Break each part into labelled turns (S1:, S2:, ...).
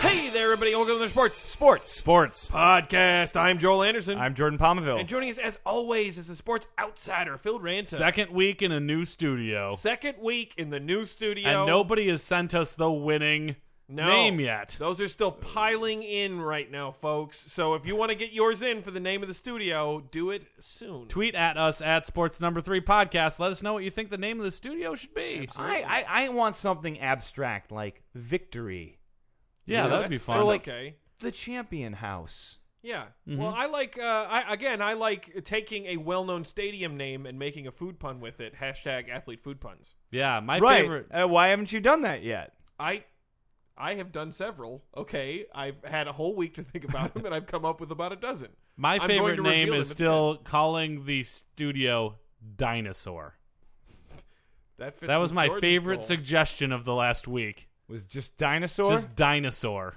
S1: Hey there, everybody. Welcome to the Sports
S2: Sports. Sports.
S1: Podcast. I'm Joel Anderson.
S2: I'm Jordan Palmaville.
S1: and joining us, as always, is the sports outsider, Phil Ransom.
S2: Second week in a new studio.
S1: Second week in the new studio.
S2: And nobody has sent us the winning
S1: No.
S2: name yet.
S1: Those are still piling in right now, folks. So if you want to get yours in for the name of the studio, do it soon.
S2: Tweet at us at Sports Number Three Podcast. Let us know what you think the name of the studio should be.
S3: I, I, I want something abstract like victory,
S2: Yeah, that'd be
S1: That's-
S2: fun.
S1: that's
S3: Or like-
S1: okay.
S3: the champion house.
S1: Yeah.
S2: Mm-hmm.
S1: Well, I like. Uh, I again, I like taking a well-known stadium name and making a food pun with it. Hashtag athlete food puns.
S2: yeah, my favorite.
S3: Uh, why haven't you done that yet?
S1: I I have done several. Okay, I've had a whole week to think about them, and I've come up with about a dozen.
S2: My
S1: I'm going
S2: favorite
S1: to
S2: name
S1: reveal
S2: is
S1: them.
S2: still calling the studio Dinosaur.
S1: That, fits
S2: That
S1: with
S2: was my
S1: Jordan's
S2: favorite
S1: goal.
S2: suggestion of the last week.
S3: Was just dinosaur
S2: Just dinosaur,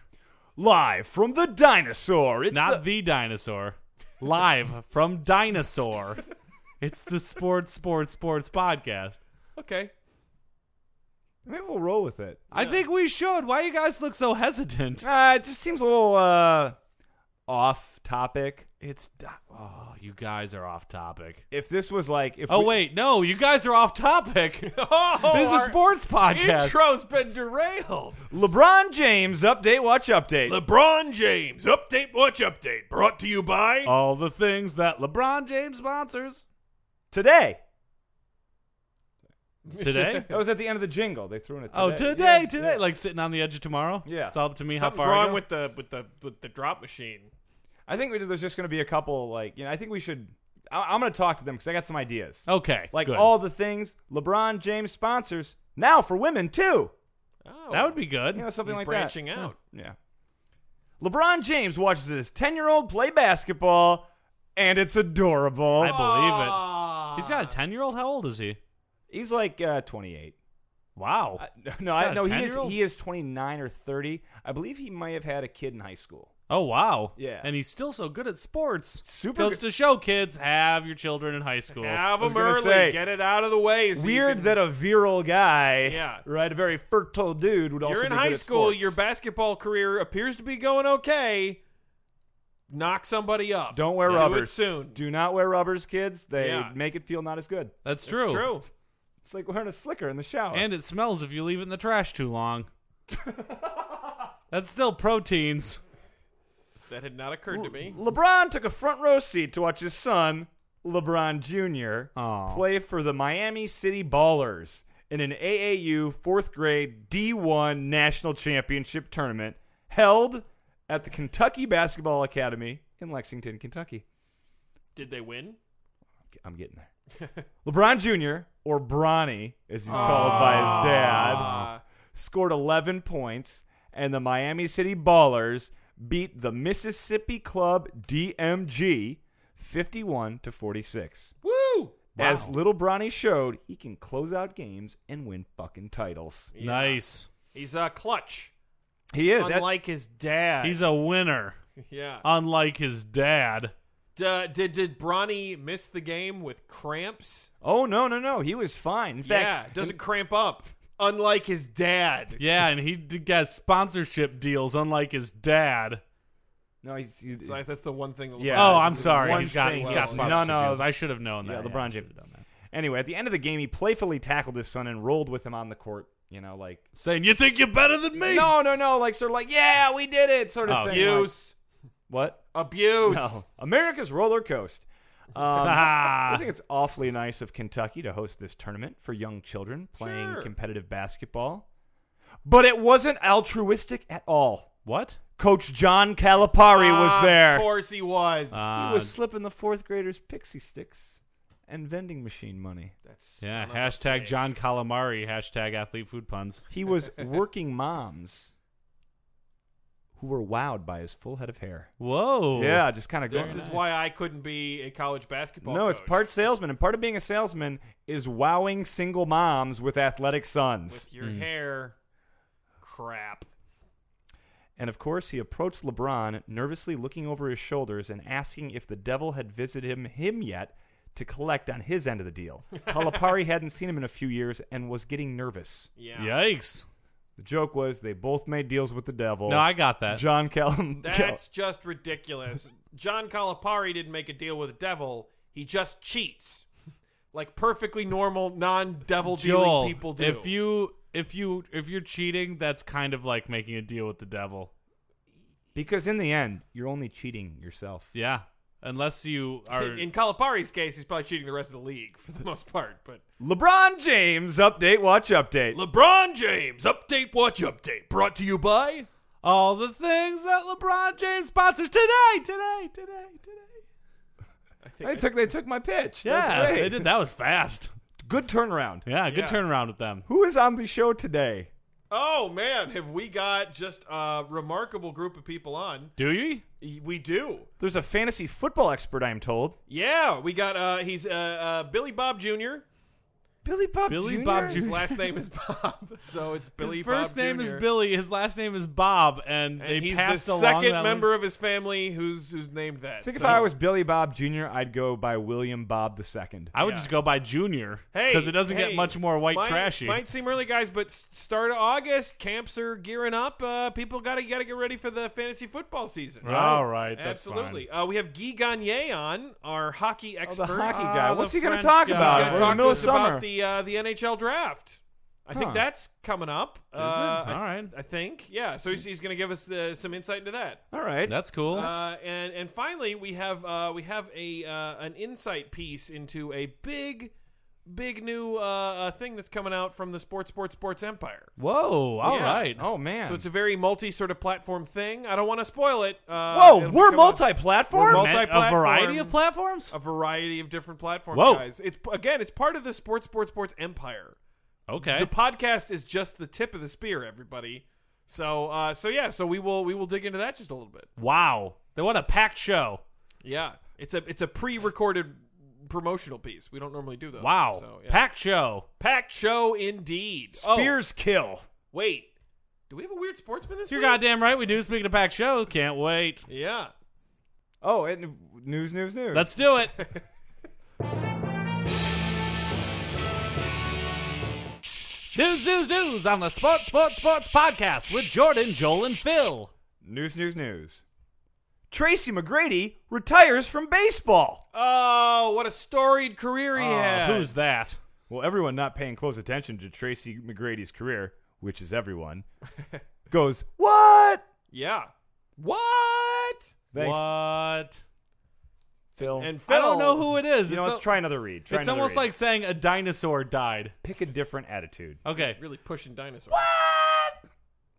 S3: live from the dinosaur. It's
S2: not the, dinosaur. Live from dinosaur. It's the sports, sports, sports podcast.
S1: okay.
S3: the- maybe we'll roll with it.
S2: I think we should. Why you guys look so hesitant?
S3: Uh, it just seems a little uh, off topic.
S2: It's di- oh, you guys are off topic.
S3: If this was like, if
S2: Oh
S3: we-
S2: wait, no, you guys are off topic.
S1: Oh,
S2: this is a
S1: our
S2: sports podcast.
S1: Intro's been derailed.
S3: LeBron James update, watch update.
S1: LeBron James update. Watch update. Brought to you by.
S3: Oh,
S2: All the things that LeBron James sponsors
S3: today.
S2: today.
S3: That was at the end of the jingle. They threw in a today.
S2: oh, today,
S3: Yeah,
S2: today,
S3: yeah.
S2: like sitting on the edge of tomorrow.
S3: Yeah.
S2: it's all up to me
S1: Something's
S2: how far. I
S1: wrong
S2: go.
S1: with the with the with the drop machine.
S3: I think we, there's just going to be a couple, like, you know, I think we should. I, I'm going to talk to them because I got some ideas.
S1: Oh,
S2: okay,
S3: like
S2: good.
S3: all the things LeBron James sponsors now for women too.
S1: Oh,
S2: That would be good.
S3: You know, something
S1: He's
S3: like
S1: branching
S3: that.
S1: out.
S3: Yeah. LeBron James watches his 10-year-old play basketball and it's adorable.
S2: I believe
S1: Ah.
S2: it. He's got a ten-year-old. How old is he?
S3: He's like uh, 28.
S2: Wow.
S3: I, no,
S2: got
S3: I,
S2: a
S3: no, he is
S2: 10-year-old?
S3: he is 29 or 30. I believe he might have had a kid in high school.
S2: oh wow.
S3: Yeah.
S2: and he's still so good at sports.
S3: Super
S2: goes
S3: good-
S2: to show kids have your children in high school.
S1: Have
S3: was
S1: him
S3: gonna
S1: early.
S3: say,
S1: Get it out of the way. so you
S3: Weird
S1: can-
S3: that a virile guy,
S1: Yeah.
S3: right, a very fertile dude would also
S1: You're in
S3: be
S1: high
S3: good at
S1: school.
S3: sports.
S1: Your basketball career appears to be going okay. Knock somebody up.
S3: Don't wear
S1: Do
S3: rubbers
S1: it soon.
S3: Do not wear rubbers, kids. They
S1: Yeah.
S3: make it feel not as good.
S2: That's
S1: It's
S2: true.
S1: true.
S3: It's like wearing a slicker in the shower.
S2: And it smells if you leave it in the trash too long. That's still proteins.
S1: That had not occurred to me.
S3: LeBron took a front row seat to watch his son, LeBron Jr.,
S2: Aw.
S3: play for the Miami City Ballers in an AAU fourth grade D1 national championship tournament held at the Kentucky Basketball Academy in Lexington, Kentucky.
S1: Did they win?
S3: I'm getting there. LeBron Jr., or Bronny, as he's called by his dad,
S1: Uh,
S3: scored 11 points, and the Miami City Ballers beat the Mississippi Club DMG 51 to 46.
S1: woo!
S3: As little Bronny showed, he can close out games and win fucking titles.
S2: Nice.
S1: He's uh, clutch.
S3: He is. That-
S1: Unlike his dad.
S2: He's Uh, a winner,
S1: yeah.
S2: unlike his dad.
S1: D- did did Bronny miss the game with cramps?
S3: oh no, no, no. He was fine. In
S1: Yeah.
S3: fact,
S1: Doesn't cramp up. Unlike his dad.
S2: Yeah, and he d- got sponsorship deals, unlike his dad.
S3: no, he's, he's,
S1: It's like that's the one thing. That
S3: Yeah.
S2: oh,
S1: LeBron
S2: I'm
S1: does
S2: sorry.
S3: one
S2: He's got,
S3: thing
S2: he's
S3: he
S2: got
S3: does.
S2: sponsorship
S3: No, no.
S2: deals. I should have known
S3: yeah,
S2: that. I
S3: LeBron
S2: should
S3: James.
S2: have done that.
S3: Anyway, at the end of the game, he playfully tackled his son and rolled with him on the court. You know, like
S2: Saying, you think you're better than me?
S3: no, no, no, like sort of like yeah, we did it, sort of
S2: Oh,
S3: thing. like-
S1: Abuse.
S3: what?
S1: Abuse.
S3: No, America's roller coaster. Um, I
S2: Ah.
S3: think it's awfully nice of Kentucky to host this tournament for young children playing
S1: Sure.
S3: competitive basketball. But it wasn't altruistic at all.
S2: What?
S3: Coach John Calipari was
S1: Of
S3: there.
S1: course he was.
S2: Uh,
S3: He was slipping the fourth graders pixie sticks and vending machine money.
S1: That's
S2: yeah, hashtag John Calamari, hashtag athlete food puns.
S3: He was working moms who were wowed by his full head of hair.
S2: Whoa.
S3: Yeah, just kind of going.
S1: This is why I couldn't be a college basketball.
S3: no, it's
S1: coach.
S3: part salesman, and part of being a salesman is wowing single moms with athletic sons.
S1: with your
S2: Mm.
S1: hair. Crap.
S3: And of course, he approached LeBron, nervously looking over his shoulders and asking if the devil had visited him, him yet to collect on his end of the deal. Calipari hadn't seen him in a few years and was getting nervous.
S1: Yeah.
S2: Yikes.
S3: The joke was they both made deals with the devil.
S2: No, I got that.
S3: John Callum.
S1: That's just ridiculous. John Calipari didn't make a deal with the devil. He just cheats. Like perfectly normal non-devil
S2: Joel,
S1: dealing people do.
S2: if you if you if you're cheating, that's kind of like making a deal with the devil.
S3: because in the end, you're only cheating yourself.
S2: Yeah. Unless you are
S1: in Calipari's case, he's probably cheating the rest of the league for the most part, but
S3: LeBron James update, watch update.
S1: LeBron James update watch update brought to you by
S2: all the things that LeBron James sponsors today, today, today, today.
S3: they took they took my pitch. That was
S2: Yeah,
S3: great.
S2: they did. That was fast.
S3: Good turnaround.
S2: Yeah, good
S1: Yeah.
S2: turnaround with them.
S3: Who is on the show today?
S1: Oh man, have we got just a remarkable group of people on?
S2: Do you?
S1: We do.
S3: There's a fantasy football expert, I'm told.
S1: Yeah, we got uh he's uh, uh Billy Bob Jr.
S3: Billy Bob
S2: Billy
S3: Jr.?
S2: Bob
S1: His last name is Bob, so it's Billy
S2: his first
S1: Bob
S2: name is
S1: Jr..
S2: Billy. His last name is Bob, and,
S1: And
S2: they
S1: he's
S2: passed
S1: the
S2: along
S1: second
S2: that
S1: member of his family who's who's named that.
S3: I think if
S1: So-
S3: I was Billy Bob Jr., I'd go by William Bob II.
S2: I would
S1: Yeah.
S2: just go by Junior
S1: Hey,
S2: because it doesn't
S1: hey,
S2: get much more white
S1: might,
S2: trashy.
S1: Might seem early, guys, but s- start of August, camps are gearing up. Uh, people gotta gotta get ready for the fantasy football season.
S2: All right, that's
S1: Absolutely. Uh, we have Guy Gagne on, our hockey
S3: Oh,
S1: expert.
S3: the hockey
S1: Uh,
S3: guy.
S2: Ah,
S3: What's
S2: the
S3: he going to
S2: French
S3: talk
S2: guy.
S3: about?
S1: He's
S2: He's
S3: We're
S1: gonna talk
S3: in the middle
S1: to
S3: of
S1: us
S3: summer.
S1: about the uh, the NHL draft. I
S3: Huh.
S1: think that's coming up.
S2: Is it?
S1: Uh, I-
S2: All right,
S1: I think, yeah.
S3: Hmm.
S1: So he's, he's going to give us the, some insight into that.
S3: All right.
S2: that's cool.
S1: Uh, and and finally, we have uh, we have a uh, an insight piece into a big, big new uh, uh, thing that's coming out from the sports sports sports empire.
S2: Whoa! All right.
S1: Yeah.
S3: Oh, man.
S1: So it's a very multi sort of platform thing. I don't want to spoil it. Uh,
S3: Whoa,
S1: it'll
S3: we're
S1: come out-
S3: multi
S1: We're
S3: platform?
S1: mul-
S2: And a
S1: multi-platform.
S2: variety of platforms.
S1: a variety of different platforms,
S2: Whoa.
S1: guys. It's again, it's part of the sports sports sports empire.
S2: Okay.
S1: The podcast is just the tip of the spear, everybody. So uh, so yeah, so we will we will dig into that just a little bit.
S2: wow. They want a packed show.
S1: Yeah, it's a it's a pre-recorded promotional piece. We don't normally do those.
S2: Wow.
S1: so, yeah.
S2: Packed show.
S1: packed show indeed.
S3: Spears kill.
S1: Oh, wait, do we have a weird sportsman this
S2: You're
S1: week?
S2: goddamn right. We do. Speaking of packed show, can't wait.
S1: Yeah,
S3: Oh, and news, news, news.
S2: Let's do it. news, news, news on the Sports, Sports, Sports podcast with Jordan, Joel, and Phil.
S3: news, news, news. Tracy McGrady retires from baseball.
S1: Oh, what a storied career he had.
S2: Who's that?
S3: Well, everyone not paying close attention to Tracy McGrady's career, which is everyone, goes, What?
S1: yeah. What?
S3: Thanks,
S2: What?
S3: Phil.
S1: And Phil,
S2: I don't know who it is.
S3: you know,
S2: it's
S3: let's
S2: al-
S3: try another read. Try
S2: it's
S3: another
S2: almost
S3: read.
S2: like saying a dinosaur died.
S3: pick a different attitude.
S2: Okay.
S1: really pushing dinosaurs.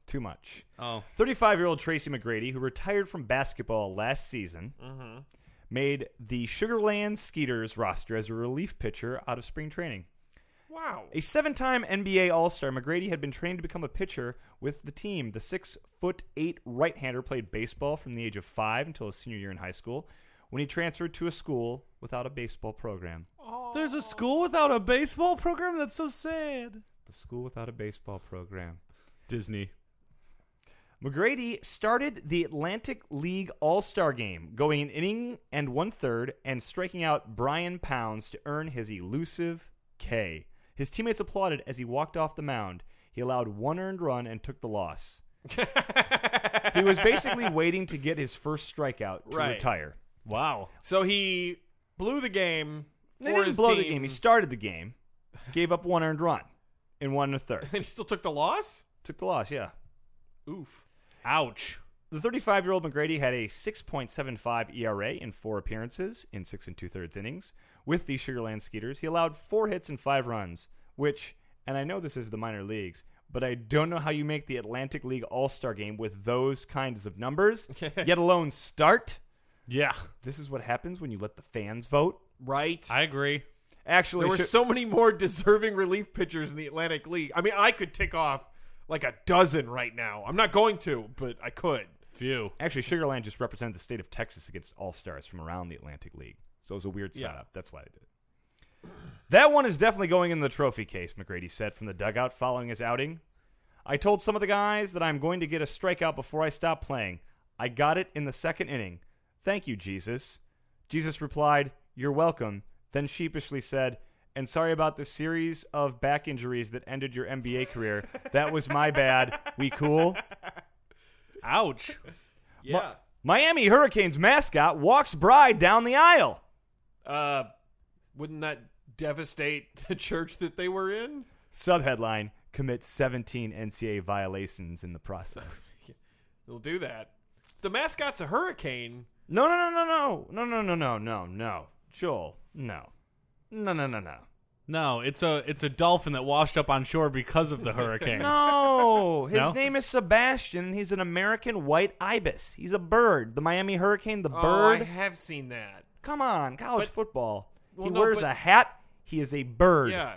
S3: Too much.
S2: Oh.
S3: 35 year old Tracy McGrady, who retired from basketball last season, made the Sugarland Skeeters roster as a relief pitcher out of spring training.
S1: Wow.
S3: A seven time NBA All Star, McGrady had been trained to become a pitcher with the team. The six foot eight right hander played baseball from the age of five until his senior year in high school when he transferred to a school without a baseball program.
S2: There's a school without a baseball program? That's so sad.
S3: The school without a baseball program.
S2: Disney.
S3: McGrady started the Atlantic League All Star game, going an inning and one third and striking out Brian Pounds to earn his elusive K. His teammates applauded as he walked off the mound. He allowed one earned run and took the loss. he was basically waiting to get his first strikeout to
S1: Right.
S3: retire.
S2: Wow.
S1: So he blew the game.
S3: They
S1: for
S3: didn't
S1: his
S3: blow the
S1: team,
S3: game. He started the game, gave up one earned run, and one and a third.
S1: and he still took the loss.
S3: took the loss, yeah.
S1: Oof.
S2: Ouch.
S3: The 35 year old McGrady had a 6.75 ERA E in four appearances in six and two thirds innings. With the Sugarland Skeeters, he allowed four hits and five runs, which, and I know this is the minor leagues, but I don't know how you make the Atlantic League All Star game with those kinds of numbers, yet alone start.
S2: Yeah.
S3: This is what happens when you let the fans vote.
S1: Right.
S2: I agree.
S3: Actually,
S1: There were
S3: Su-
S1: so many more deserving relief pitchers in the Atlantic League. I mean, I could tick off like a dozen right now. I'm not going to, but I could.
S2: Phew.
S3: Actually, Sugar Land just represented the state of Texas against all stars from around the Atlantic League. So it was a weird
S1: Yeah.
S3: setup. That's why I did it. That one is definitely going in the trophy case, McGrady said from the dugout following his outing. I told some of the guys that I'm going to get a strikeout before I stop playing. I got it in the second inning. Thank you, Jesus. Jesus replied, You're welcome. Then sheepishly said, And sorry about the series of back injuries that ended your NBA career. That was my bad. We cool?
S2: Ouch.
S1: Yeah.
S3: Miami Hurricanes mascot walks bride down the aisle.
S1: Uh, wouldn't that devastate the church that they were in?
S3: Subheadline commits 17 NCAA violations in the process.
S1: They'll do that. The mascot's a hurricane.
S3: No, no, no, no, no, no, no, no, no, no, no, Joel, no, no, no, no, no,
S2: No, it's a it's a dolphin that washed up on shore because of the hurricane.
S3: no. His
S2: No?
S3: name is Sebastian. and He's an American white ibis. He's a bird. The Miami Hurricane, the
S1: Oh, I
S3: bird.
S1: have seen that.
S3: Come on, college
S1: But-
S3: football.
S1: Well,
S3: he
S1: no,
S3: wears
S1: but-
S3: a hat. He is a bird.
S1: Yeah,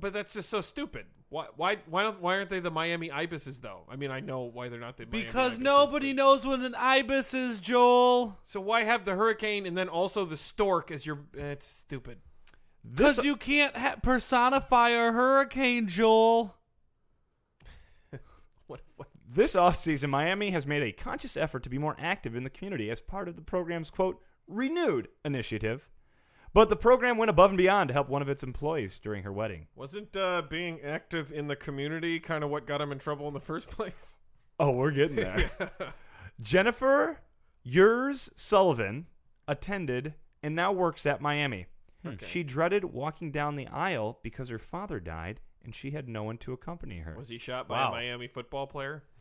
S1: but that's just so stupid. Why? Why? Why don't? Why aren't they the Miami Ibises though? I mean, I know why they're not the Miami
S2: Because
S1: Ibises,
S2: nobody
S1: but-
S2: knows what an ibis is, Joel.
S1: So why have the hurricane and then also the stork as your? eh, It's stupid.
S2: Because you can't ha- personify a hurricane, Joel.
S1: What? what?
S3: This offseason, Miami has made a conscious effort to be more active in the community as part of the program's, quote, renewed initiative. But the program went above and beyond to help one of its employees during her wedding.
S1: Wasn't uh, being active in the community kind of what got him in trouble in the first place?
S3: Oh, we're getting there. Jennifer Yours Sullivan attended and now works at Miami. She dreaded walking down the aisle because her father died and she had no one to accompany her.
S1: Was he shot by
S3: Wow.
S1: a Miami football player?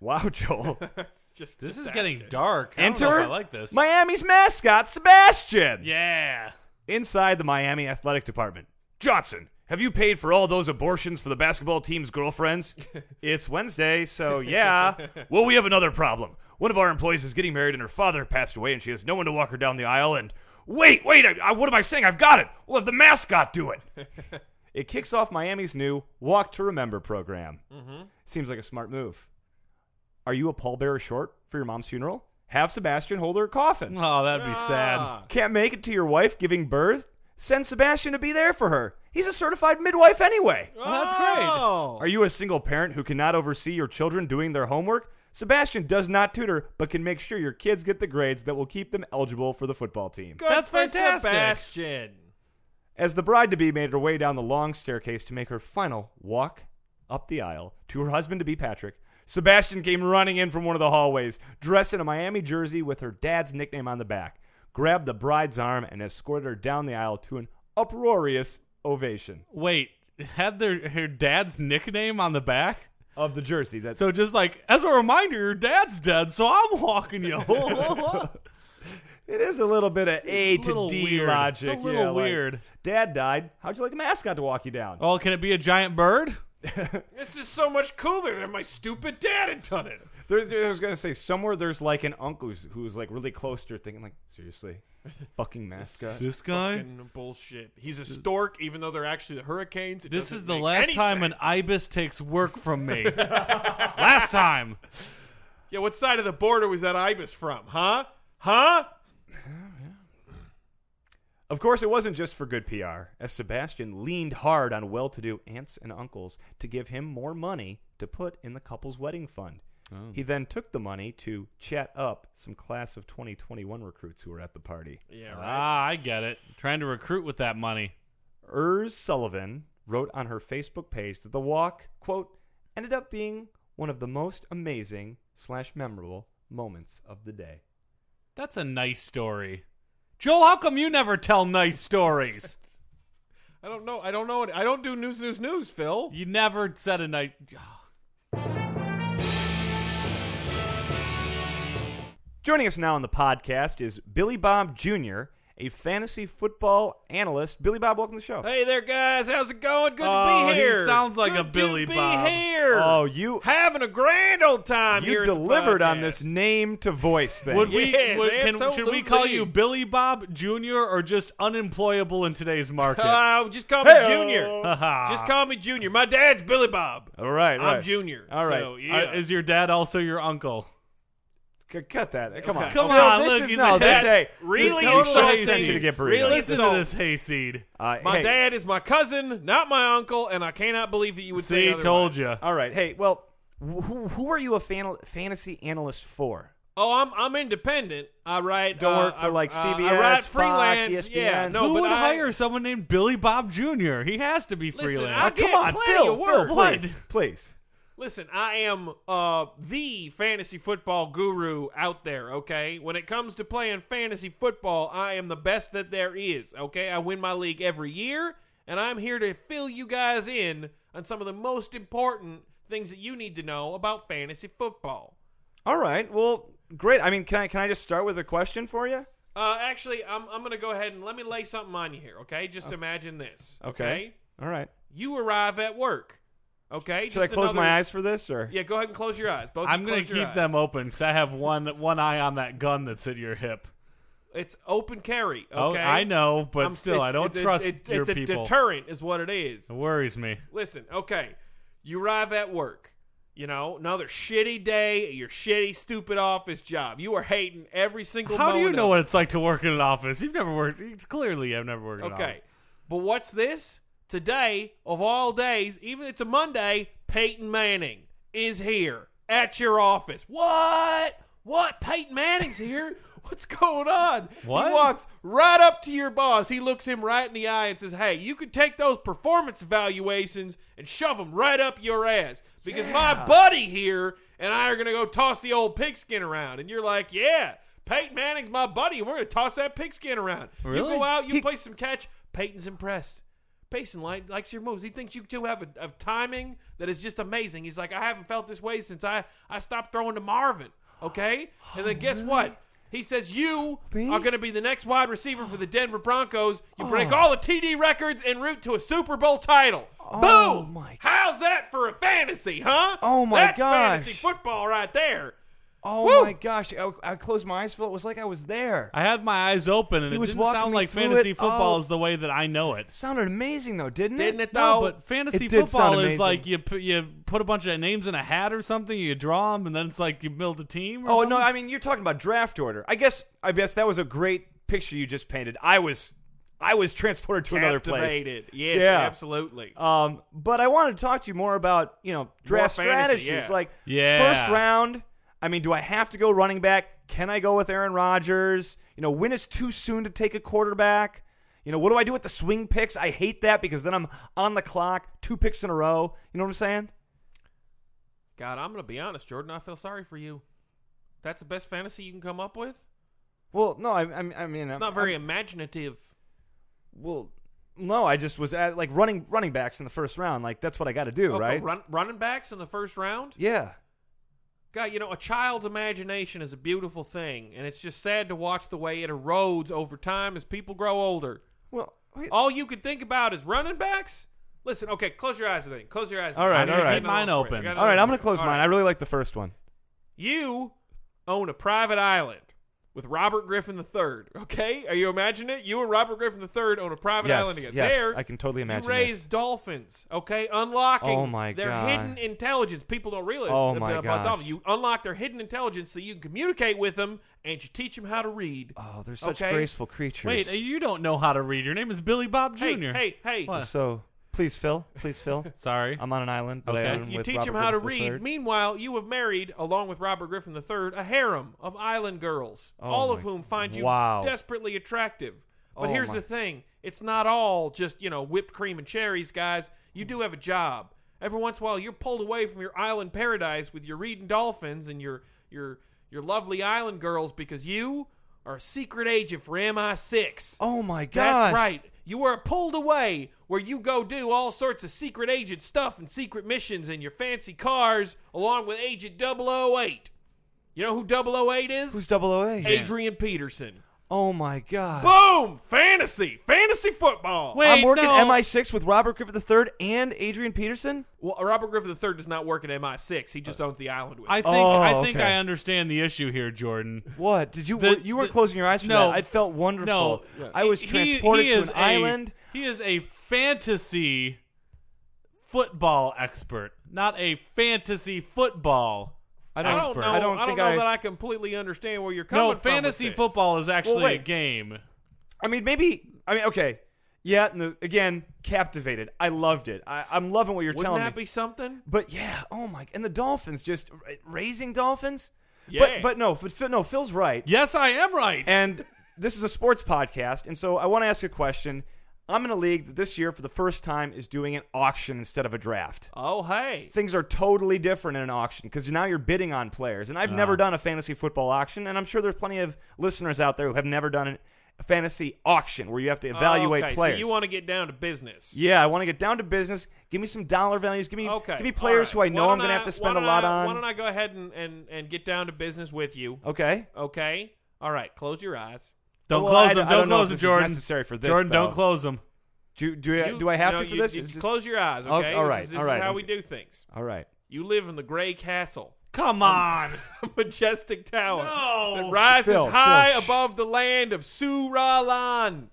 S3: Wow, Joel.
S1: It's just
S2: This
S1: just
S2: is getting
S1: asking.
S2: dark. I don't know
S3: Enter
S2: if I like this.
S3: Miami's mascot, Sebastian.
S2: yeah.
S3: inside the Miami athletic department. Johnson, have you paid for all those abortions for the basketball team's girlfriends? it's Wednesday, so yeah. well, we have another problem. One of our employees is getting married, and her father passed away, and she has no one to walk her down the aisle. And wait, wait, I, I, what am I saying? I've got it. We'll have the mascot do it. it kicks off Miami's new Walk to Remember program. Seems like a smart move. Are you a pallbearer short for your mom's funeral? Have Sebastian hold her coffin.
S2: Oh, that'd be sad.
S1: Ah.
S3: Can't make it to your wife giving birth? Send Sebastian to be there for her. He's a certified midwife anyway.
S2: Well, that's great.
S1: Oh.
S3: Are you a single parent who cannot oversee your children doing their homework? Sebastian does not tutor, but can make sure your kids get the grades that will keep them eligible for the football team.
S1: Good
S2: That's
S1: for
S2: fantastic.
S1: Sebastian.
S3: As the bride to be made her way down the long staircase to make her final walk up the aisle to her husband to be Patrick, Sebastian came running in from one of the hallways, dressed in a Miami jersey with her dad's nickname on the back, grabbed the bride's arm, and escorted her down the aisle to an uproarious ovation
S2: Wait, had their her dad's nickname on the back?
S3: of the jersey. That's
S2: So just like as a reminder, your dad's dead, so I'm walking you. Oh,
S3: it is a little bit of A
S2: It's a little
S3: to D
S2: weird.
S3: logic.
S2: It's a little
S3: yeah, like,
S2: weird.
S3: dad died. How'd you like a mascot to walk you down?
S2: oh, can it be a giant bird?
S1: This is so much cooler than my stupid dad had done it.
S3: There's, I was gonna say somewhere there's like an uncle who's, who's like really close to her, thinking like seriously, fucking mascot.
S2: This guy.
S1: Fucking bullshit. He's a stork, even though they're actually the Hurricanes. It
S2: This
S1: doesn't
S2: is the
S1: make
S2: last
S1: any
S2: time
S1: sense.
S2: an ibis takes work from me. last time.
S1: Yeah, what side of the border was that ibis from? Huh? Huh?
S3: Of course, it wasn't just for good PR, as Sebastian leaned hard on well to do aunts and uncles to give him more money to put in the couple's wedding fund. He then took the money to chat up some class of 2021 recruits who were at the party.
S1: Yeah, right.
S2: Ah, I get it. Trying to recruit with that money.
S3: Urs Sullivan wrote on her Facebook page that the walk, quote, ended up being one of the most amazing slash memorable moments of the day.
S2: That's a nice story. Joel, how come you never tell nice stories?
S1: I don't know. I don't know. I don't do news, news, news, Phil.
S2: You never said a nice.
S3: Joining us now on the podcast is Billy Bob Jr., a fantasy football analyst. Billy Bob, welcome to the show.
S1: Hey there, guys. How's it going? Good
S2: Oh,
S1: to
S2: he
S1: be here.
S2: sounds like
S1: Good
S2: a Billy
S1: to be
S2: Bob.
S1: here.
S3: Oh, you
S1: Having a grand old time here.
S3: you
S1: at the
S3: delivered on
S1: podcast.
S3: this name to voice thing.
S2: Would we?
S1: Yes,
S2: would- can, should we call
S1: absolutely.
S2: you Billy Bob Jr. or just unemployable in today's market?
S1: Uh, just call me
S3: Hey-o.
S1: Junior. just call me Junior. My dad's Billy Bob.
S3: all right, all
S1: I'm
S3: right.
S1: Junior.
S3: All right.
S1: So, yeah.
S2: Uh, is your dad also your uncle?
S3: C- cut that. Come on.
S1: Okay.
S2: Come
S3: No,
S2: on,
S3: this
S2: look,
S3: is-
S2: he's
S3: no,
S2: a-
S3: this
S2: that's
S3: hey,
S2: really
S3: you
S2: so
S3: totally sent you to get burritos.
S2: Really listen
S1: So-
S2: to this hayseed.
S3: Uh,
S1: My
S3: hey,
S1: dad is my cousin, not my uncle, and I cannot believe that you would
S2: See,
S1: say
S2: told you.
S3: All right. Hey, well, wh- who who are you a fan- fantasy analyst for?
S1: Oh, I'm I'm independent. I write.
S3: Don't
S1: uh,
S3: work for,
S1: I-
S3: like,
S1: uh, I
S3: CBS,
S1: write
S3: Fox,
S1: freelance.
S2: E
S1: Yeah,
S3: ESPN.
S1: no,
S2: Who
S1: but
S2: would
S1: I-
S2: hire someone named Billy Bob Jr.? He has to be
S1: Listen,
S2: freelance.
S1: I
S3: Uh, Come
S1: get
S3: on,
S1: plenty
S3: Phil.
S1: of work.
S3: Phil,
S1: What?
S3: please, please.
S1: Listen, I am uh, the fantasy football guru out there, okay? When it comes to playing fantasy football, I am the best that there is, okay? I win my league every year, and I'm here to fill you guys in on some of the most important things that you need to know about fantasy football.
S3: All right. Well, great. I mean, can I can I just start with a question for you?
S1: Uh, actually, I'm, I'm going to go ahead and let me lay something on you here, okay? Just imagine this, okay?
S3: All right.
S1: You arrive at work, okay?
S3: Should I
S1: Just
S3: close
S1: another-
S3: my eyes for this or?
S1: Yeah, go ahead and close your eyes. Both of
S2: I'm
S1: you
S2: gonna
S1: close your
S2: keep
S1: eyes.
S2: them open because I have one one eye on that gun that's at your hip.
S1: It's open carry, okay?
S2: Oh, I know, but
S1: I'm-
S2: still,
S1: it's-
S2: I don't
S1: it- it-
S2: trust
S1: it-
S2: your
S1: it's a
S2: people.
S1: deterrent, is what it is.
S2: it worries me.
S1: Listen, okay, you arrive at work. You know, another shitty day at your shitty, stupid office job. You are hating every single.
S2: How do you
S1: moment
S2: know
S1: of
S2: what it's like to work in an office? You've never worked. It's clearly, I've never worked in an
S1: Okay,
S2: office.
S1: but what's this today of all days? Even it's a Monday. Peyton Manning is here at your office. What? What? Peyton Manning's here. What's going on?
S2: What?
S1: He walks right up to your boss. He looks him right in the eye and says, "Hey, you could take those performance evaluations and shove them right up your ass because my buddy here and I are gonna go toss the old pigskin around." And you're like, "Yeah." Peyton Manning's my buddy, and we're gonna toss that pigskin around. You
S2: Really?
S1: go out, you play some catch. Peyton's impressed. Peyton li- likes your moves. He thinks you two have a, a timing that is just amazing. He's like, I haven't felt this way since I, I stopped throwing to Marvin. Okay? And then guess what? He says, You are going to be the next wide receiver for the Denver Broncos. You break
S3: Oh.
S1: all the TD records en route to a Super Bowl title. Boom!
S3: Oh my-
S1: How's that for a fantasy, huh?
S3: Oh, my
S1: That's fantasy
S3: gosh.
S1: football right there.
S3: Oh
S1: Woo!
S3: my gosh! I, I closed my eyes, Phil. It was like I was there.
S2: I had my eyes open, and
S3: He
S2: it
S3: was
S2: didn't
S3: walking
S2: sound
S3: me
S2: like
S3: through
S2: fantasy
S3: it.
S2: football
S3: Oh.
S2: is the way that I know it.
S3: sounded amazing though, didn't it?
S1: Didn't it,
S2: No,
S1: though?
S2: but fantasy
S3: it did
S2: football
S3: sound
S2: is like
S3: amazing.
S2: you put you put a bunch of names in a hat or something, you draw them, and then it's like you build a team. Or
S3: Oh
S2: something.
S3: no! I mean, you're talking about draft order. I guess. I guess that was a great picture you just painted. I was, I was transported to another place.
S1: Captivated. Yes,
S3: Yeah.
S1: absolutely.
S3: Um, but I wanted to talk to you more about you know draft
S1: fantasy,
S3: strategies,
S1: yeah.
S3: like
S2: Yeah.
S3: first round. I mean, do I have to go running back? Can I go with Aaron Rodgers? You know, when is too soon to take a quarterback? You know, what do I do with the swing picks? I hate that because then I'm on the clock, two picks in a row. You know what I'm saying?
S1: God, I'm going to be honest, Jordan. I feel sorry for you. That's the best fantasy you can come up with?
S3: Well, no, I, I, I mean,
S1: It's not very imaginative.
S3: well. No, I just was at like running running backs in the first round. Like that's what I got to do,
S1: Okay,
S3: right?
S1: Run, running backs in the first round?
S3: Yeah.
S1: God, you know, a child's imagination is a beautiful thing, and it's just sad to watch the way it erodes over time as people grow older.
S3: Well. wait-
S1: All you could think about is running backs? Listen, okay, close your eyes a minute. Close your eyes. a
S3: All
S1: minute.
S3: right,
S1: I'm gonna
S3: all right.
S1: keep
S2: Mine
S1: on for you.
S2: open.
S1: I got
S3: All right,
S1: another
S3: I'm
S1: one.
S3: gonna close
S1: All
S3: mine.
S1: right.
S3: I really like the first one.
S1: You own a private island with Robert Griffin III. Okay, are you imagining it? You and Robert Griffin III own a private
S3: Yes,
S1: island together.
S3: yes,
S1: there,
S3: I can totally imagine
S1: You raise
S3: this.
S1: dolphins. Okay, unlocking.
S3: Oh my
S1: their
S3: God.
S1: hidden intelligence. People don't realize
S3: Oh
S1: ab-
S3: my
S1: about
S3: gosh.
S1: dolphins. You unlock their hidden intelligence so you can communicate with them and you teach them how to read.
S3: Oh, they're such
S1: Okay.
S3: graceful creatures.
S2: wait, you don't know how to read. Your name is Billy Bob Jr.
S1: hey, hey, hey!
S2: What?
S3: So please, Phil. Please, Phil.
S2: Sorry.
S3: I'm on an island, but
S2: Okay.
S3: I am
S1: You
S3: with
S1: teach
S3: Robert
S1: them how to
S3: Griffin
S1: read.
S3: III.
S1: Meanwhile, you have married, along with Robert Griffin III, a harem of island girls, all of
S3: Oh my-
S1: whom find you
S3: wow.
S1: desperately attractive. But
S3: Oh
S1: here's
S3: my-
S1: the thing it's not all just, you know, whipped cream and cherries, guys. You do have a job. Every once in a while, you're pulled away from your island paradise with your reading dolphins and your, your, your lovely island girls because you are a secret agent for MI6.
S3: Oh my gosh!
S1: That's right. You were pulled away where you go do all sorts of secret agent stuff and secret missions in your fancy cars along with Agent 008. You know who 008 is?
S3: Who's 008?
S1: Adrian Peterson.
S3: Oh my god!
S1: Boom! Fantasy! Fantasy football!
S2: Wait,
S3: I'm working
S2: no.
S3: MI6 with Robert Griffin III and Adrian Peterson.
S1: Well, Robert Griffin III does not work at MI6. He just owns the island with
S2: I think
S3: Oh,
S2: I think
S3: okay.
S2: I understand the issue here, Jordan.
S3: What did you?
S2: The-
S3: you weren't
S2: the-
S3: closing your eyes for
S2: no.
S3: that. I felt wonderful.
S2: No,
S3: I was
S2: He-
S3: transported
S2: he
S3: to
S2: is
S3: an
S2: a-
S3: island.
S2: He is a fantasy football expert, not a fantasy football
S3: I
S1: I
S3: don't,
S1: don't know. I don't,
S3: think
S1: know
S3: I,
S1: that I completely understand where you're coming
S2: No,
S1: from. with
S2: fantasy
S1: this.
S2: football is actually a
S3: wait.
S2: game.
S3: I mean, maybe. I mean, okay. Yeah. And the, again, captivated. I loved it. I, I'm loving what you're
S1: Wouldn't
S3: telling
S1: that
S3: me.
S1: be something?
S3: but yeah. Oh my. And the dolphins just ra- raising dolphins.
S1: Yeah.
S3: But but no. But Phil- no. Phil's right.
S2: Yes, I am right.
S3: And this is a sports podcast, and so I want to ask a question. I'm in a league that this year, for the first time, is doing an auction instead of a draft.
S1: Oh, hey.
S3: Things are totally different in an auction because now you're bidding on players. And I've
S1: Ah.
S3: never done a fantasy football auction, and I'm sure there's plenty of listeners out there who have never done an- a fantasy auction where you have to evaluate
S1: Oh, okay,
S3: players.
S1: So you want to get down to business.
S3: yeah, I want to get down to business. Give me some dollar values. Give me
S1: Okay.
S3: give me players
S1: all right.
S3: who I know
S1: Why
S3: I'm
S1: don't
S3: going to have
S1: I-
S3: to spend
S1: why
S3: a
S1: don't
S3: lot
S1: I-
S3: on.
S1: Why don't I go ahead and, and, and get down to business with you?
S3: okay.
S1: Okay. All right. Close your eyes.
S2: don't
S3: Well,
S2: close
S3: I-
S2: them.
S3: I
S2: Don't
S3: don't know
S2: close
S3: if
S2: them,
S3: this is
S2: Jordan.
S3: necessary for this,
S2: Jordan,
S3: though.
S2: don't close them.
S3: Do, do, I-
S1: You-
S3: do I have
S1: no,
S3: to for
S1: you-
S3: this?
S1: you
S3: Is this-
S1: Close your eyes.
S3: Oh,
S1: Okay.
S3: all
S1: This
S3: right,
S1: is-
S3: all
S1: this
S3: right,
S1: is how we
S3: okay.
S1: do things.
S3: All right.
S1: You live in the gray castle,
S2: Come
S3: Um,
S2: on.
S1: majestic tower
S2: No.
S1: that rises
S3: Phil, Phil,
S1: high
S3: shh.
S1: above the land of Suralan.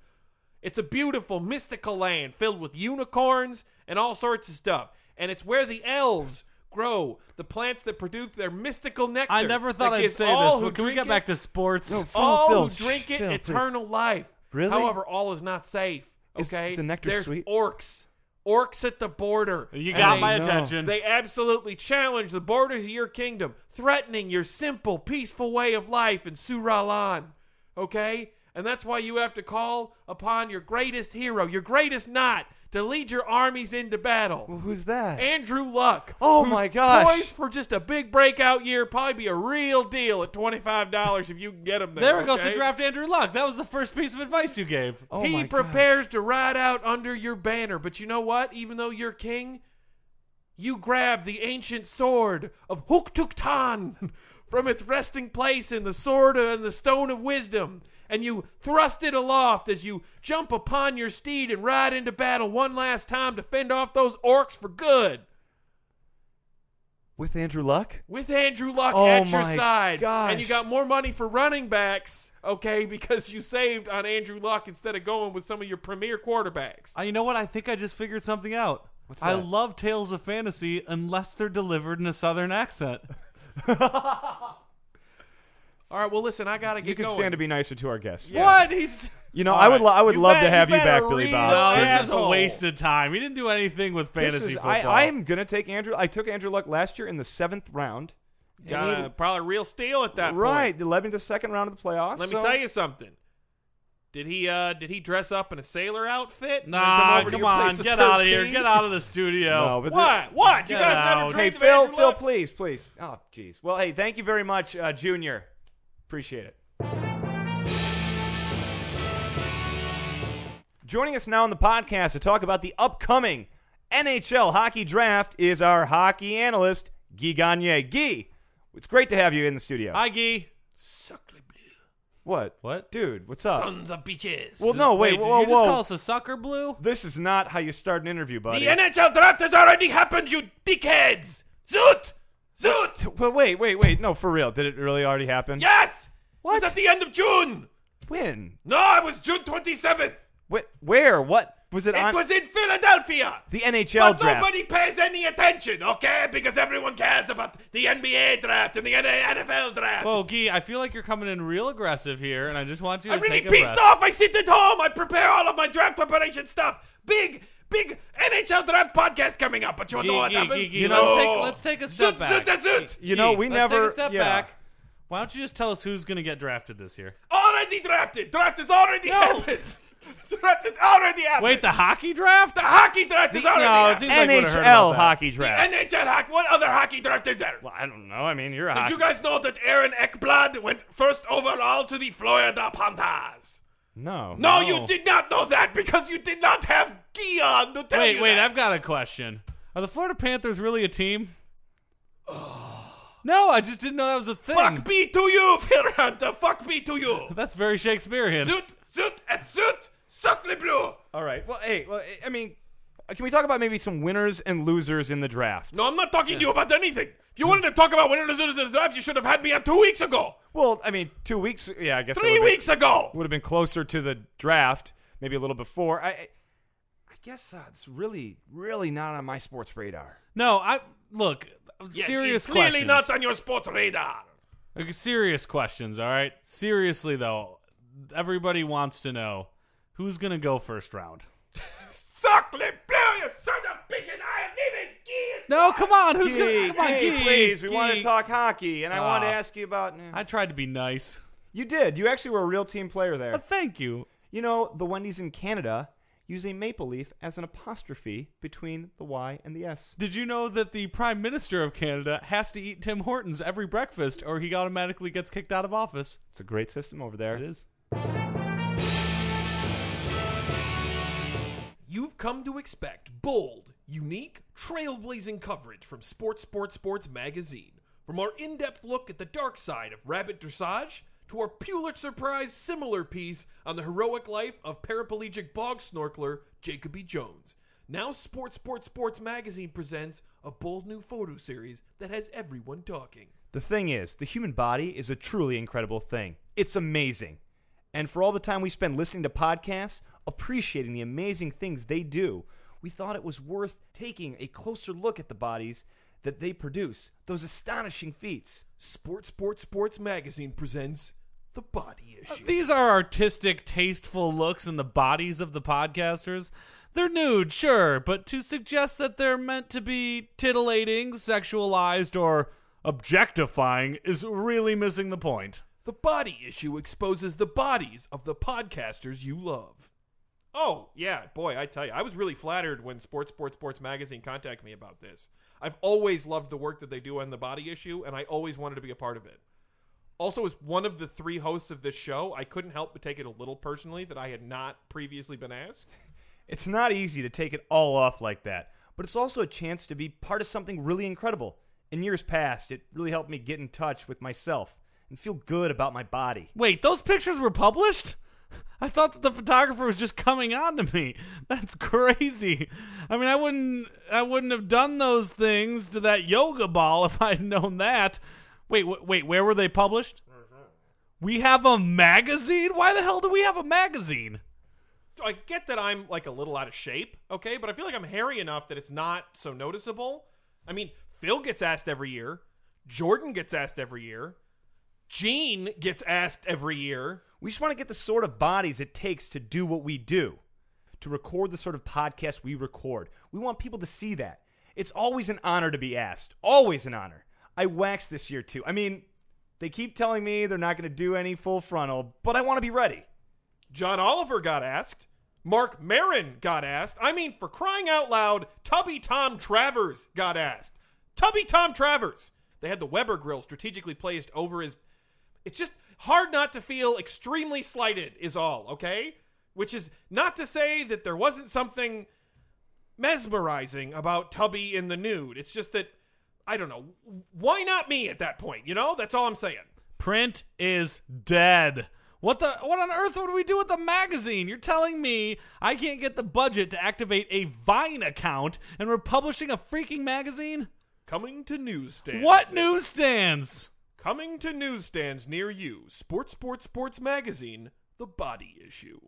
S1: It's a beautiful, mystical land filled with unicorns and all sorts of stuff. And it's where the elves grow the plants that produce their mystical nectar.
S2: I never thought
S1: that
S2: I'd
S1: gives
S2: say
S1: all
S2: this,
S1: who
S2: but can we
S1: drink
S2: get
S1: it-
S2: back to sports?
S3: No, Phil,
S1: all
S3: Phil,
S1: who drink
S3: shh,
S1: it
S3: Phil, please.
S1: eternal life.
S3: Really?
S1: However, all is not safe.
S3: Is-
S1: Okay,
S3: is the nectar
S1: There's
S3: sweet?
S1: orcs. Orcs at the border.
S2: You
S1: And
S2: got
S1: they-
S2: my
S3: no.
S2: attention.
S1: They absolutely challenge the borders of your kingdom, threatening your simple, peaceful way of life in Suralan. Okay? And that's why you have to call upon your greatest hero, your greatest knight, to lead your armies into battle.
S3: Who's that?
S1: Andrew Luck.
S3: Oh
S1: who's
S3: my gosh.
S1: Poised for just a big breakout year, probably be a real deal at twenty five dollars if you can get him there.
S2: there we go.
S1: okay?
S2: So draft Andrew Luck. That was the first piece of advice you gave.
S3: Oh
S1: he
S3: my
S1: prepares to ride out under your banner, but you know what? Even though you're king, you grab the ancient sword of Huktuktan from its resting place in the sword and the stone of wisdom, and you thrust it aloft as you jump upon your steed and ride into battle one last time to fend off those orcs for good.
S3: With Andrew Luck?
S1: with Andrew Luck
S3: Oh
S1: at your
S3: my
S1: side,
S3: gosh.
S1: and you got more money for running backs, okay, because you saved on Andrew Luck instead of going with some of your premier quarterbacks.
S2: Uh, you know what? I think I just figured something out.
S3: What's
S2: I
S3: that?
S2: love tales of fantasy unless they're delivered in a southern accent.
S1: All right, well, listen, I gotta get
S3: You can
S1: going.
S3: stand to be nicer to our guests.
S2: What? He's
S3: You know,
S1: All
S3: I would
S1: right.
S3: lo- I would
S1: You
S3: love
S1: bet-
S3: to
S1: you
S3: have you,
S1: bet a
S3: back, Billy
S1: real
S3: Bob.
S2: no,
S1: asshole.
S2: this is a waste of time. He didn't do anything with
S3: This
S2: fantasy
S3: is-
S2: football.
S3: I, I am gonna take Andrew. I took Andrew Luck last year in the seventh round.
S1: Got a, probably real steal at that
S3: right,
S1: point.
S3: it led me to the second round of the playoffs.
S1: Let
S3: so-
S1: me tell you something. Did he uh did he dress up in a sailor outfit? and then
S2: Nah,
S1: over to
S2: come,
S1: your
S2: on,
S1: place to
S2: get
S1: serve
S2: out of here.
S1: tea?
S2: Get out of the studio.
S3: No, but
S1: What? What? You
S2: Get
S1: guys
S2: out.
S1: never
S3: thi- hey,
S1: dreamed of
S3: Phil,
S1: Andrew
S3: Phil,
S1: Luck?
S3: please, please. Oh, jeez. Well, hey, thank you very much, uh, Junior. Appreciate it. Joining us now on the podcast to talk about the upcoming NHL hockey draft is our hockey analyst, Guy Gagne. Guy, it's great to have you in the studio.
S2: Hi, Gee.
S1: Suck le bleu,
S3: what?
S2: What?
S3: Dude, what's up?
S1: Sons of bitches.
S3: well, no, wait,
S2: did
S3: whoa,
S2: you just
S3: whoa.
S2: call us a sucker blue?
S3: this is not how you start an interview, buddy.
S1: The NHL draft has already happened, you dickheads! Zoot! Zoot!
S3: Well, wait, wait, wait. No, for real. Did it really already happen?
S1: Yes!
S3: What?
S1: It was at the end of June!
S3: When?
S1: No, it was June 27th!
S3: Wh- where? What? Was it,
S1: It
S3: on
S1: was in Philadelphia!
S3: the NHL
S1: But
S3: draft?
S1: nobody pays any attention, okay? Because everyone cares about the NBA draft and the NFL draft.
S2: Whoa, Gee, I feel like you're coming in real aggressive here, and I just want you
S1: I'm
S2: to
S1: really
S2: take a
S1: pissed
S2: breath.
S1: off! I sit at home, I prepare all of my draft preparation stuff! Big, big NHL draft podcast coming up, but you
S2: Gee,
S1: know what
S2: Gee,
S1: happens?
S2: Gee, Gee,
S1: You
S2: let's,
S1: know-
S2: take, let's take a step
S1: Zoot,
S2: back.
S1: Zoot, zoot, zoot.
S3: You know,
S2: Gee,
S3: we
S2: let's
S3: never-
S2: take a step
S3: yeah.
S2: back. Why don't you just tell us who's going to get drafted this year?
S1: Already drafted! Draft is already happened! draft is already happened!
S2: Wait, the hockey draft?
S1: The hockey draft is
S2: The-
S1: already
S2: no,
S1: out.
S2: it's- Like, would've heard about
S3: NHL
S2: that.
S3: hockey
S1: The
S3: draft.
S1: NHL hockey. What other hockey draft is there?
S3: well, I don't know. I mean, you're a
S1: Did
S3: hockey.
S1: you guys know that Aaron Ekblad went first overall to the Florida Panthers?
S3: no.
S2: No.
S1: No, you did not know that because you did not have Gion to tell
S2: Wait,
S1: you
S2: wait,
S1: that.
S2: I've got a question. Are the Florida Panthers really a team? no, I just didn't know that was a thing.
S1: Fuck be to you, Ferranta. Fuck be to you.
S2: That's very Shakespearean.
S1: Zoot, zoot, and zoot. Suck le bleu.
S3: All right. Well, hey. Well, I mean, can we talk about maybe some winners and losers in the draft?
S1: No, I'm not talking to you about anything. If you wanted to talk about winning or losing the draft, you should have had me on two weeks ago.
S3: Well, I mean, two weeks. Yeah, I guess that
S1: Three
S3: would've been-
S1: weeks ago.
S3: would have been closer to the draft, maybe a little before. I, I I guess uh, it's really, really not on my sports radar.
S2: No, I look,
S1: Yes,
S2: serious
S1: it's clearly
S2: questions.
S1: not on your sports radar.
S2: Okay, serious questions, all right? Seriously though, everybody wants to know who's going to go first round.
S1: Suckling blue, you son of a bitch, and I am leaving gears.
S2: No, come on. Who's
S3: Gee,
S2: going to Come on,
S3: gee,
S2: Gee,
S3: please. We want to
S2: Gee.
S3: talk hockey, and I want to
S2: Ah.
S3: ask you about.
S2: I tried to be nice.
S3: you did. You actually were a real team player there.
S2: Uh, thank you.
S3: You know, the Wendy's in Canada use a maple leaf as an apostrophe between the Y and the S.
S2: Did you know that the Prime Minister of Canada has to eat Tim Hortons every breakfast or he automatically gets kicked out of office?
S3: It's a great system over there.
S2: It is.
S1: You've come to expect bold, unique, trailblazing coverage from Sports Sports Sports Magazine. From our in depth look at the dark side of rabbit dressage to our Pulitzer Prize similar piece on the heroic life of paraplegic bog snorkeler Jacoby Jones. Now, Sports Sports Sports Magazine presents a bold new photo series that has everyone talking.
S3: The thing is, the human body is a truly incredible thing. It's amazing. And for all the time we spend listening to podcasts, appreciating the amazing things they do, we thought it was worth taking a closer look at the bodies that they produce, those astonishing feats.
S1: Sports Sports Sports Magazine presents The Body Issue.
S2: These are artistic, tasteful looks in the bodies of the podcasters. They're nude, sure, but to suggest that they're meant to be titillating, sexualized, or objectifying is really missing the point.
S1: The body issue exposes the bodies of the podcasters you love. Oh, yeah, boy, I tell you, I was really flattered when Sports Sports Sports Magazine contacted me about this. I've always loved the work that they do on the body issue, and I always wanted to be a part of it. Also, as one of the three hosts of this show, I couldn't help but take it a little personally that I had not previously been asked.
S3: It's not easy to take it all off like that, but it's also a chance to be part of something really incredible. In years past, it really helped me get in touch with myself and feel good about my body.
S2: Wait, those pictures were published? I thought that the photographer was just coming on to me. That's crazy. I mean, I wouldn't I wouldn't have done those things to that yoga ball if I'd known that. Wait, wh- wait, where were they published? We have a magazine? Why the hell do we have a magazine?
S1: I get that I'm like a little out of shape, okay, but I feel like I'm hairy enough that it's not so noticeable. I mean, Phil gets asked every year, Jordan gets asked every year, Gene gets asked every year.
S3: We just want to get the sort of bodies it takes to do what we do, to record the sort of podcast we record. We want people to see that. It's always an honor to be asked, always an honor. I waxed this year too. I mean, they keep telling me they're not going to do any full frontal, but I want to be ready.
S1: John Oliver got asked. Mark Marin got asked. I mean, for crying out loud, Tubby Tom Travers got asked. Tubby Tom Travers. They had the Weber grill strategically placed over his. It's just hard not to feel extremely slighted, is all, okay? Which is not to say that there wasn't something mesmerizing about Tubby in the nude. It's just that, I don't know. Why not me at that point, you know? That's all I'm saying.
S2: Print is dead. What the what on earth would we do with the magazine? You're telling me I can't get the budget to activate a Vine account and we're publishing a freaking magazine?
S1: Coming to newsstands.
S2: What newsstands?
S1: Coming to newsstands near you, Sports Sports Sports Magazine, The Body Issue.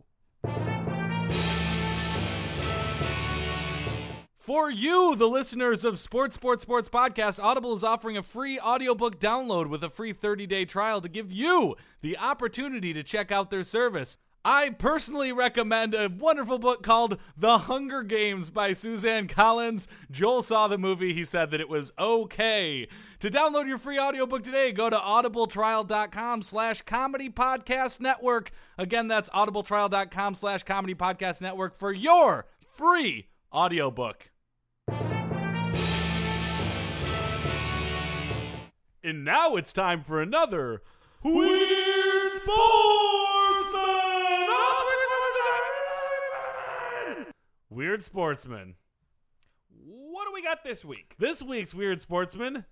S2: For you, the listeners of Sports Sports Sports Podcast, Audible is offering a free audiobook download with a free 30-day trial to give you the opportunity to check out their service. I personally recommend a wonderful book called The Hunger Games by Suzanne Collins. Joel saw the movie, he said that it was okay. To download your free audiobook today, go to audibletrial.com slash comedy podcast network. Again, that's audibletrial.com slash comedy podcast network for your free audiobook. And now it's time for another Weird Sportsman! Weird Sportsman.
S1: What do we got this week?
S2: This week's Weird Sportsman,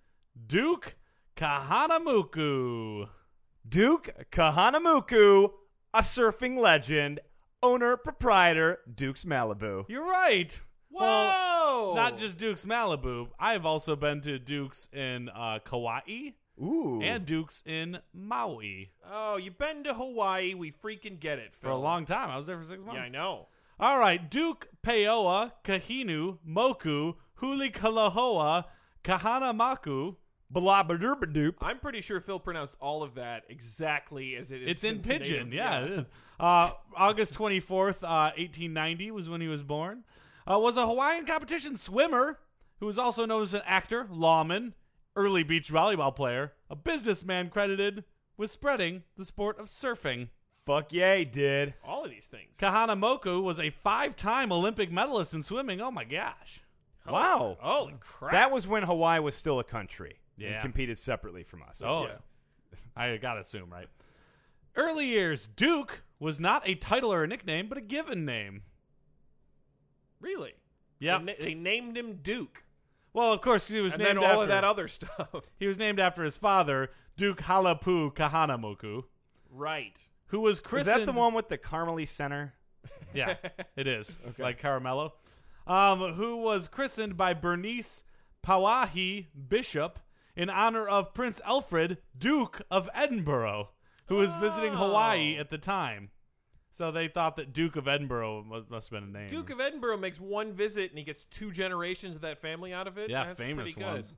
S2: Duke Kahanamuku.
S3: Duke Kahanamuku, a surfing legend, owner, proprietor, Duke's Malibu.
S2: You're right.
S1: Whoa!
S2: Well, not just Duke's Malibu. I've also been to Duke's in uh, Kauai
S3: Ooh.
S2: and Duke's in Maui
S1: Oh, you've been to Hawaii. We freaking get it.
S2: for a long time. I was there for six months.
S1: Yeah, I know.
S2: All right, Duke Peoa, Kahinu, Moku, Huli Kalahoa, Kahanamaku.
S3: Blabberderbadoop.
S4: I'm pretty sure Phil pronounced all of that exactly as it is.
S2: It's in
S4: Canadian.
S2: pigeon. Yeah, it is. Uh, August 24th, uh, 1890 was when he was born. Uh, was a Hawaiian competition swimmer who was also known as an actor, lawman, early beach volleyball player, a businessman credited with spreading the sport of surfing.
S3: Fuck yeah, he did.
S4: All of these things.
S2: Kahanamoku was a five-time Olympic medalist in swimming. Oh my gosh.
S3: Wow.
S4: Holy crap.
S3: That was when Hawaii was still a country.
S2: Yeah.
S3: And competed separately from us.
S2: Oh, I gotta assume, right? Early years, Duke was not a title or a nickname, but a given name.
S4: really?
S2: Yeah.
S4: They, na- they named him Duke.
S2: Well, of course, he was
S4: And then
S2: named
S4: all
S2: after
S4: of that other stuff.
S2: He was named after his father, Duke Halapu Kahanamoku,
S4: right.
S2: who was
S3: Is
S2: christened.
S3: that the one with the Carmelie Center?
S2: Yeah, it is. Like Caramello. Um, who was christened by Bernice Pawahi Bishop in honor of Prince Alfred, Duke of Edinburgh, who was visiting
S4: Oh.
S2: Hawaii at the time. So they thought that Duke of Edinburgh mu- must have been a name.
S4: Duke of Edinburgh makes one visit and he gets two generations of that family out of it.
S2: Yeah,
S4: That's
S2: famous
S4: pretty good.
S2: ones.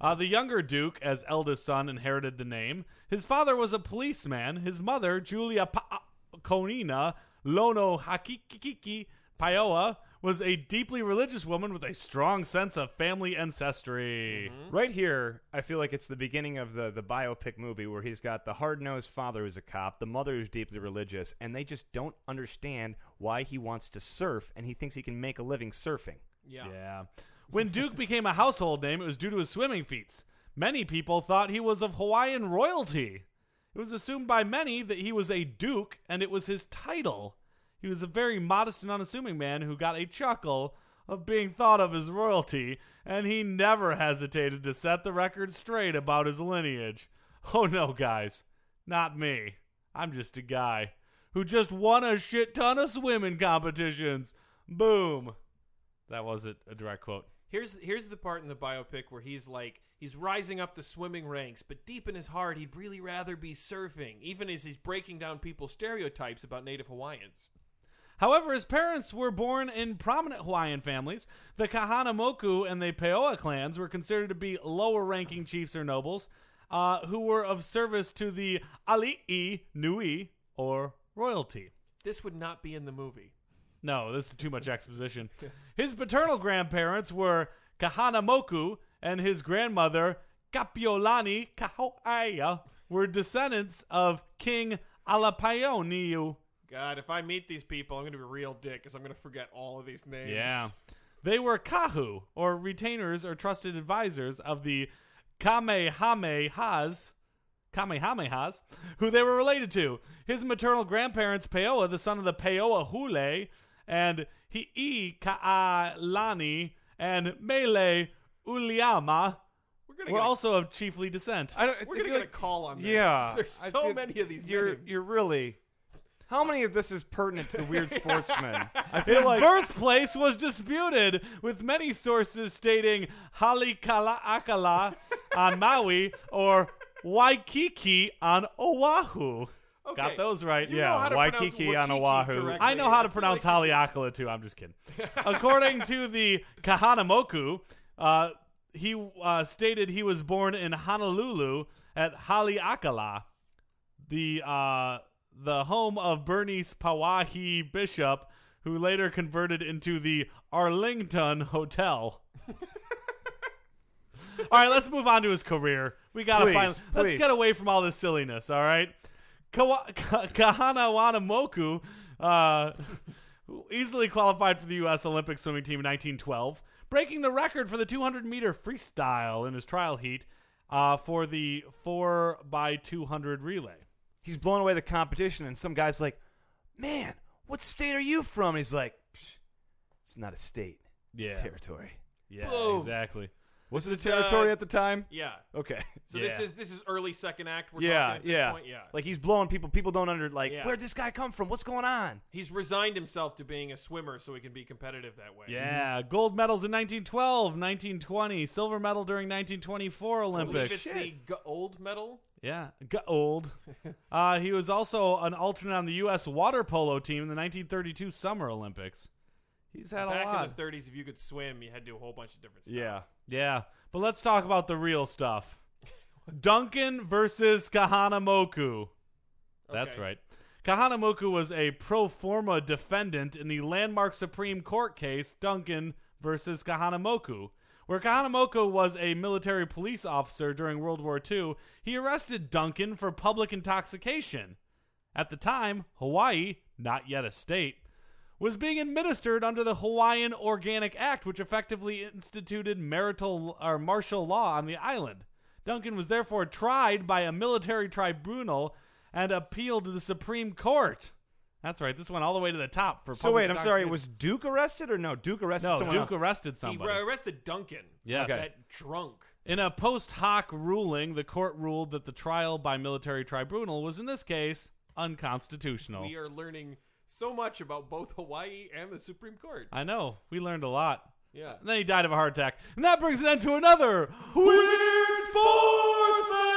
S2: Uh, the younger Duke, as eldest son, inherited the name. His father was a policeman. His mother, Julia pa- Konina Lono Hakikiki Paioa, was a deeply religious woman with a strong sense of family ancestry.
S4: Hmm?
S3: Right here, I feel like it's the beginning of the, the biopic movie where he's got the hard nosed father who's a cop, the mother who's deeply religious, and they just don't understand why he wants to surf and he thinks he can make a living surfing.
S4: Yeah.
S2: Yeah. When Duke became a household name, it was due to his swimming feats. Many people thought he was of Hawaiian royalty. It was assumed by many that he was a duke, and it was his title. He was a very modest and unassuming man who got a chuckle of being thought of as royalty, and he never hesitated to set the record straight about his lineage. Oh no, guys, not me. I'm just a guy who just won a shit ton of swimming competitions. Boom. That wasn't a direct quote.
S4: Here's here's the part in the biopic where he's like he's rising up the swimming ranks, but deep in his heart he'd really rather be surfing, even as he's breaking down people's stereotypes about native Hawaiians.
S2: However, his parents were born in prominent Hawaiian families. The Kahanamoku and the Paoa clans were considered to be lower ranking chiefs or nobles uh, who were of service to the Ali'i Nui or royalty.
S4: This would not be in the movie.
S2: No, this is too much exposition. His paternal grandparents were Kahanamoku and his grandmother Kapiolani Kaho'aia were descendants of King Alapaioniu.
S4: God, if I meet these people, I'm going to be a real dick because I'm going to forget all of these names.
S2: Yeah. They were kahu, or retainers or trusted advisors of the Kamehamehas, Kamehamehas, who they were related to. His maternal grandparents, Peoa, the son of the Peoa Hule, and Hi'i Ka'alani, and Mele Uliama
S4: We're going to
S2: were also of chiefly descent.
S3: I don't,
S4: we're going to get a call on this.
S3: Yeah.
S4: There's
S3: I
S4: so
S3: feel-
S4: many of these
S3: You're,
S4: names.
S3: you're really. How many of this is pertinent to the weird sportsman? I feel
S2: His
S3: like.
S2: birthplace was disputed, with many sources stating Haleakala on Maui or Waikiki on Oahu.
S4: Okay.
S2: Got those right.
S4: You
S2: yeah.
S4: know how to pronounce
S3: Waikiki on
S4: Waikiki
S3: Oahu.
S4: correctly.
S2: I know how to
S4: feel
S2: pronounce
S4: like-
S2: Haleakala too. I'm just kidding. According to the Kahanamoku, uh, he uh, stated he was born in Honolulu at Haleakala, the uh, the home of Bernice Pawahi Bishop, who later converted into the Arlington Hotel. all right, let's move on to his career. We gotta
S3: Please,
S2: find. Let's
S3: please.
S2: get away from all this silliness. All right. Kawa- Ka- Kahana Wanamoku uh, easily qualified for the U.S. Olympic swimming team in 1912, breaking the record for the 200 meter freestyle in his trial heat uh, for the 4 by 200 relay.
S3: he's blown away the competition, and some guy's like, "Man, what state are you from?" And he's like, "Psh, "It's not a state. It's
S2: Yeah.
S3: a territory."
S2: Yeah,
S4: Boom. Mm-hmm.
S2: exactly.
S3: Was it a
S4: territory
S3: at the time?
S4: uh, Yeah.
S3: Okay.
S4: So this
S2: Yeah.
S4: is this is early second act. We're
S3: yeah,
S4: talking at this
S3: yeah.
S4: point. Yeah.
S3: Like he's blowing people. People don't under like.
S4: Yeah.
S3: Where'd this guy come from? What's going on?
S4: He's resigned himself to being a swimmer so he can be competitive that way.
S2: Yeah, gold medals in 1912, 1920, silver medal during 1924
S4: I believe
S2: Olympics.
S4: it's the gold medal.
S2: Yeah, g- old. uh, he was also an alternate on the U.S. water polo team in the 1932 Summer Olympics. He's had a
S4: Back
S2: lot.
S4: in the 30s, if you could swim, you had to do a whole bunch of different stuff.
S2: yeah, But let's talk about the real stuff. Duncan versus Kahanamoku. That's
S4: Okay.
S2: right. Kahanamoku was a pro forma defendant in the landmark Supreme Court case Duncan versus Kahanamoku, where Kahanamoku was a military police officer during World War II. He arrested Duncan for public intoxication. At the time, Hawaii, not yet a state, was being administered under the Hawaiian Organic Act, which effectively instituted marital or martial law on the island. Duncan was therefore tried by a military tribunal and appealed to the Supreme Court. That's right. This went all the way to the top for.
S3: So
S2: public
S3: wait, I'm sorry.
S2: intoxication.
S3: Was Duke arrested or no? Duke arrested
S2: no
S3: someone.
S2: Duke
S3: else.
S2: arrested
S4: He
S2: somebody.
S4: ra- arrested Duncan.
S2: Yes. Okay.
S4: That drunk.
S2: In a post hoc ruling, the court ruled that the trial by military tribunal was, in this case, unconstitutional.
S4: We are learning so much about both Hawaii and the Supreme Court.
S2: I know. We learned a lot.
S4: Yeah.
S2: And then he died of a heart attack. And that brings an end to another Weird Sportsman!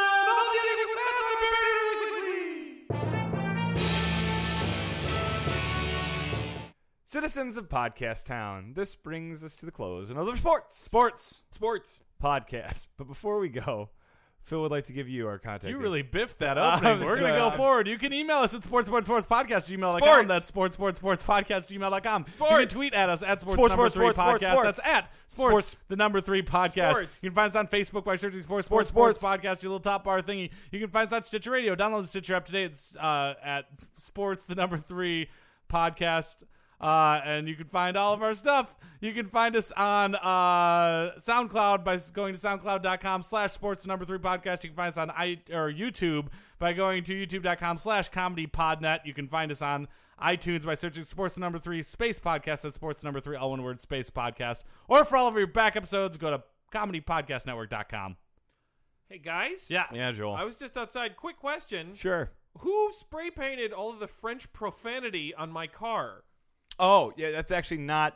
S3: Citizens of Podcast Town. This brings us to the close. Another sports
S2: Sports.
S4: Sports.
S3: podcast. But before we go, Phil would like to give you our contact.
S2: You
S3: info.
S2: really biffed that opening.
S3: I'm
S2: We're going to
S3: sorry.
S2: go forward. You can email us at sports, sports, sports podcast, gmail.com.
S4: Sports.
S2: That's sports, sports, sports podcast, gmail.com. You can
S4: Sports.
S2: tweet at us at sports,
S3: Sports,
S2: number
S3: sports,
S2: three
S3: sports, sports,
S2: podcast.
S3: sports.
S2: That's at sports,
S3: Sports.
S2: the number three podcast.
S4: Sports.
S2: You can find us on Facebook by searching sports, sports,
S3: Sports,
S2: sports,
S3: sports.
S2: podcast, your little top bar thingy. You can find us on Stitcher Radio. Download the Stitcher app today. It's uh, at sports, the number three podcast. Uh, and you can find all of our stuff. You can find us on uh, SoundCloud by s- going to soundcloud.com slash sports number three podcast. You can find us on I- or YouTube by going to youtube.com slash comedy podnet. You can find us on iTunes by searching sports number three space podcast. That's sports number three, all one word space podcast. Or for all of your back episodes, go to comedypodcastnetwork.com.
S4: Hey, guys.
S2: Yeah.
S3: Yeah, Joel.
S4: I was just outside. Quick question.
S3: sure.
S4: Who spray painted all of the French profanity on my car?
S3: Oh, yeah. That's actually not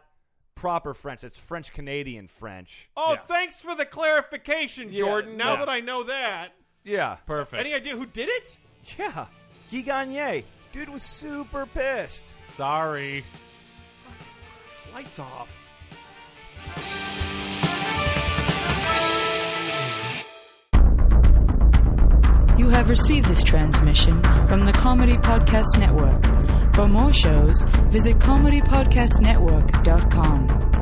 S3: proper French. That's French Canadian French.
S4: Oh,
S2: Yeah.
S4: thanks for the clarification,
S3: Yeah,
S4: Jordan. Now
S2: yeah.
S4: that I know that.
S3: Yeah.
S2: Perfect.
S4: Any idea who did it?
S3: Yeah. Guy Gagné. Dude was super pissed.
S2: Sorry.
S4: Lights off.
S5: You have received this transmission from the Comedy Podcast Network. For more shows, visit comedypodcastnetwork.com.